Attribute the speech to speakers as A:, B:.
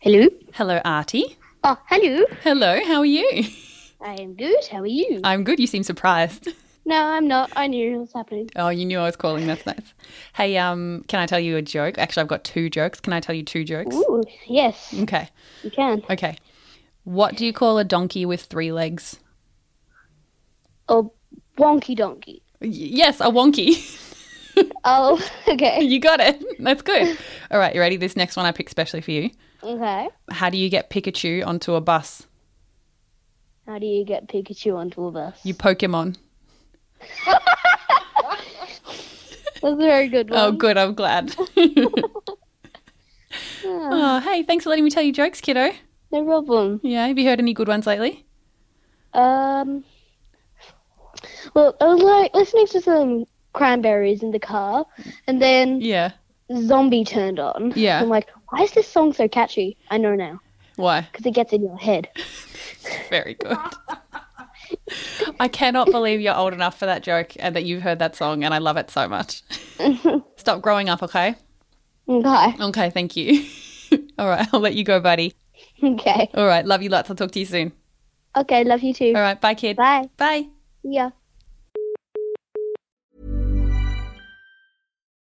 A: Hello.
B: Hello, Artie.
A: Oh, hello.
B: Hello, how are you?
A: I am good. How are you?
B: I'm good. You seem surprised.
A: no, I'm not. I knew it was happening.
B: Oh, you knew I was calling. That's nice. Hey, um, can I tell you a joke? Actually, I've got two jokes. Can I tell you two jokes?
A: Ooh, yes,
B: Okay.
A: you can.
B: Okay. What do you call a donkey with three legs?
A: Oh, wonky donkey.
B: Y- yes, a wonky.
A: Oh, okay.
B: you got it. That's good. All right, you ready? This next one I picked specially for you.
A: Okay.
B: How do you get Pikachu onto a bus?
A: How do you get Pikachu onto a bus?
B: You Pokemon.
A: That's a very good one.
B: Oh, good. I'm glad. oh, hey, thanks for letting me tell you jokes, kiddo.
A: No problem.
B: Yeah, have you heard any good ones lately?
A: Um. Well, I was like listening to some cranberries in the car, and then
B: Yeah.
A: Zombie turned on.
B: Yeah.
A: I'm like, why is this song so catchy? I know now,
B: Why?
A: because it gets in your head.
B: Very good. I cannot believe you're old enough for that joke and that you've heard that song, and I love it so much. Stop growing up, okay?
A: Okay.
B: Okay, thank you. All right, I'll let you go, buddy.
A: Okay.
B: All right, love you lots. I'll talk to you soon.
A: Okay. Love you too.
B: All right, bye, kid.
A: Bye.
B: Bye.
A: See ya.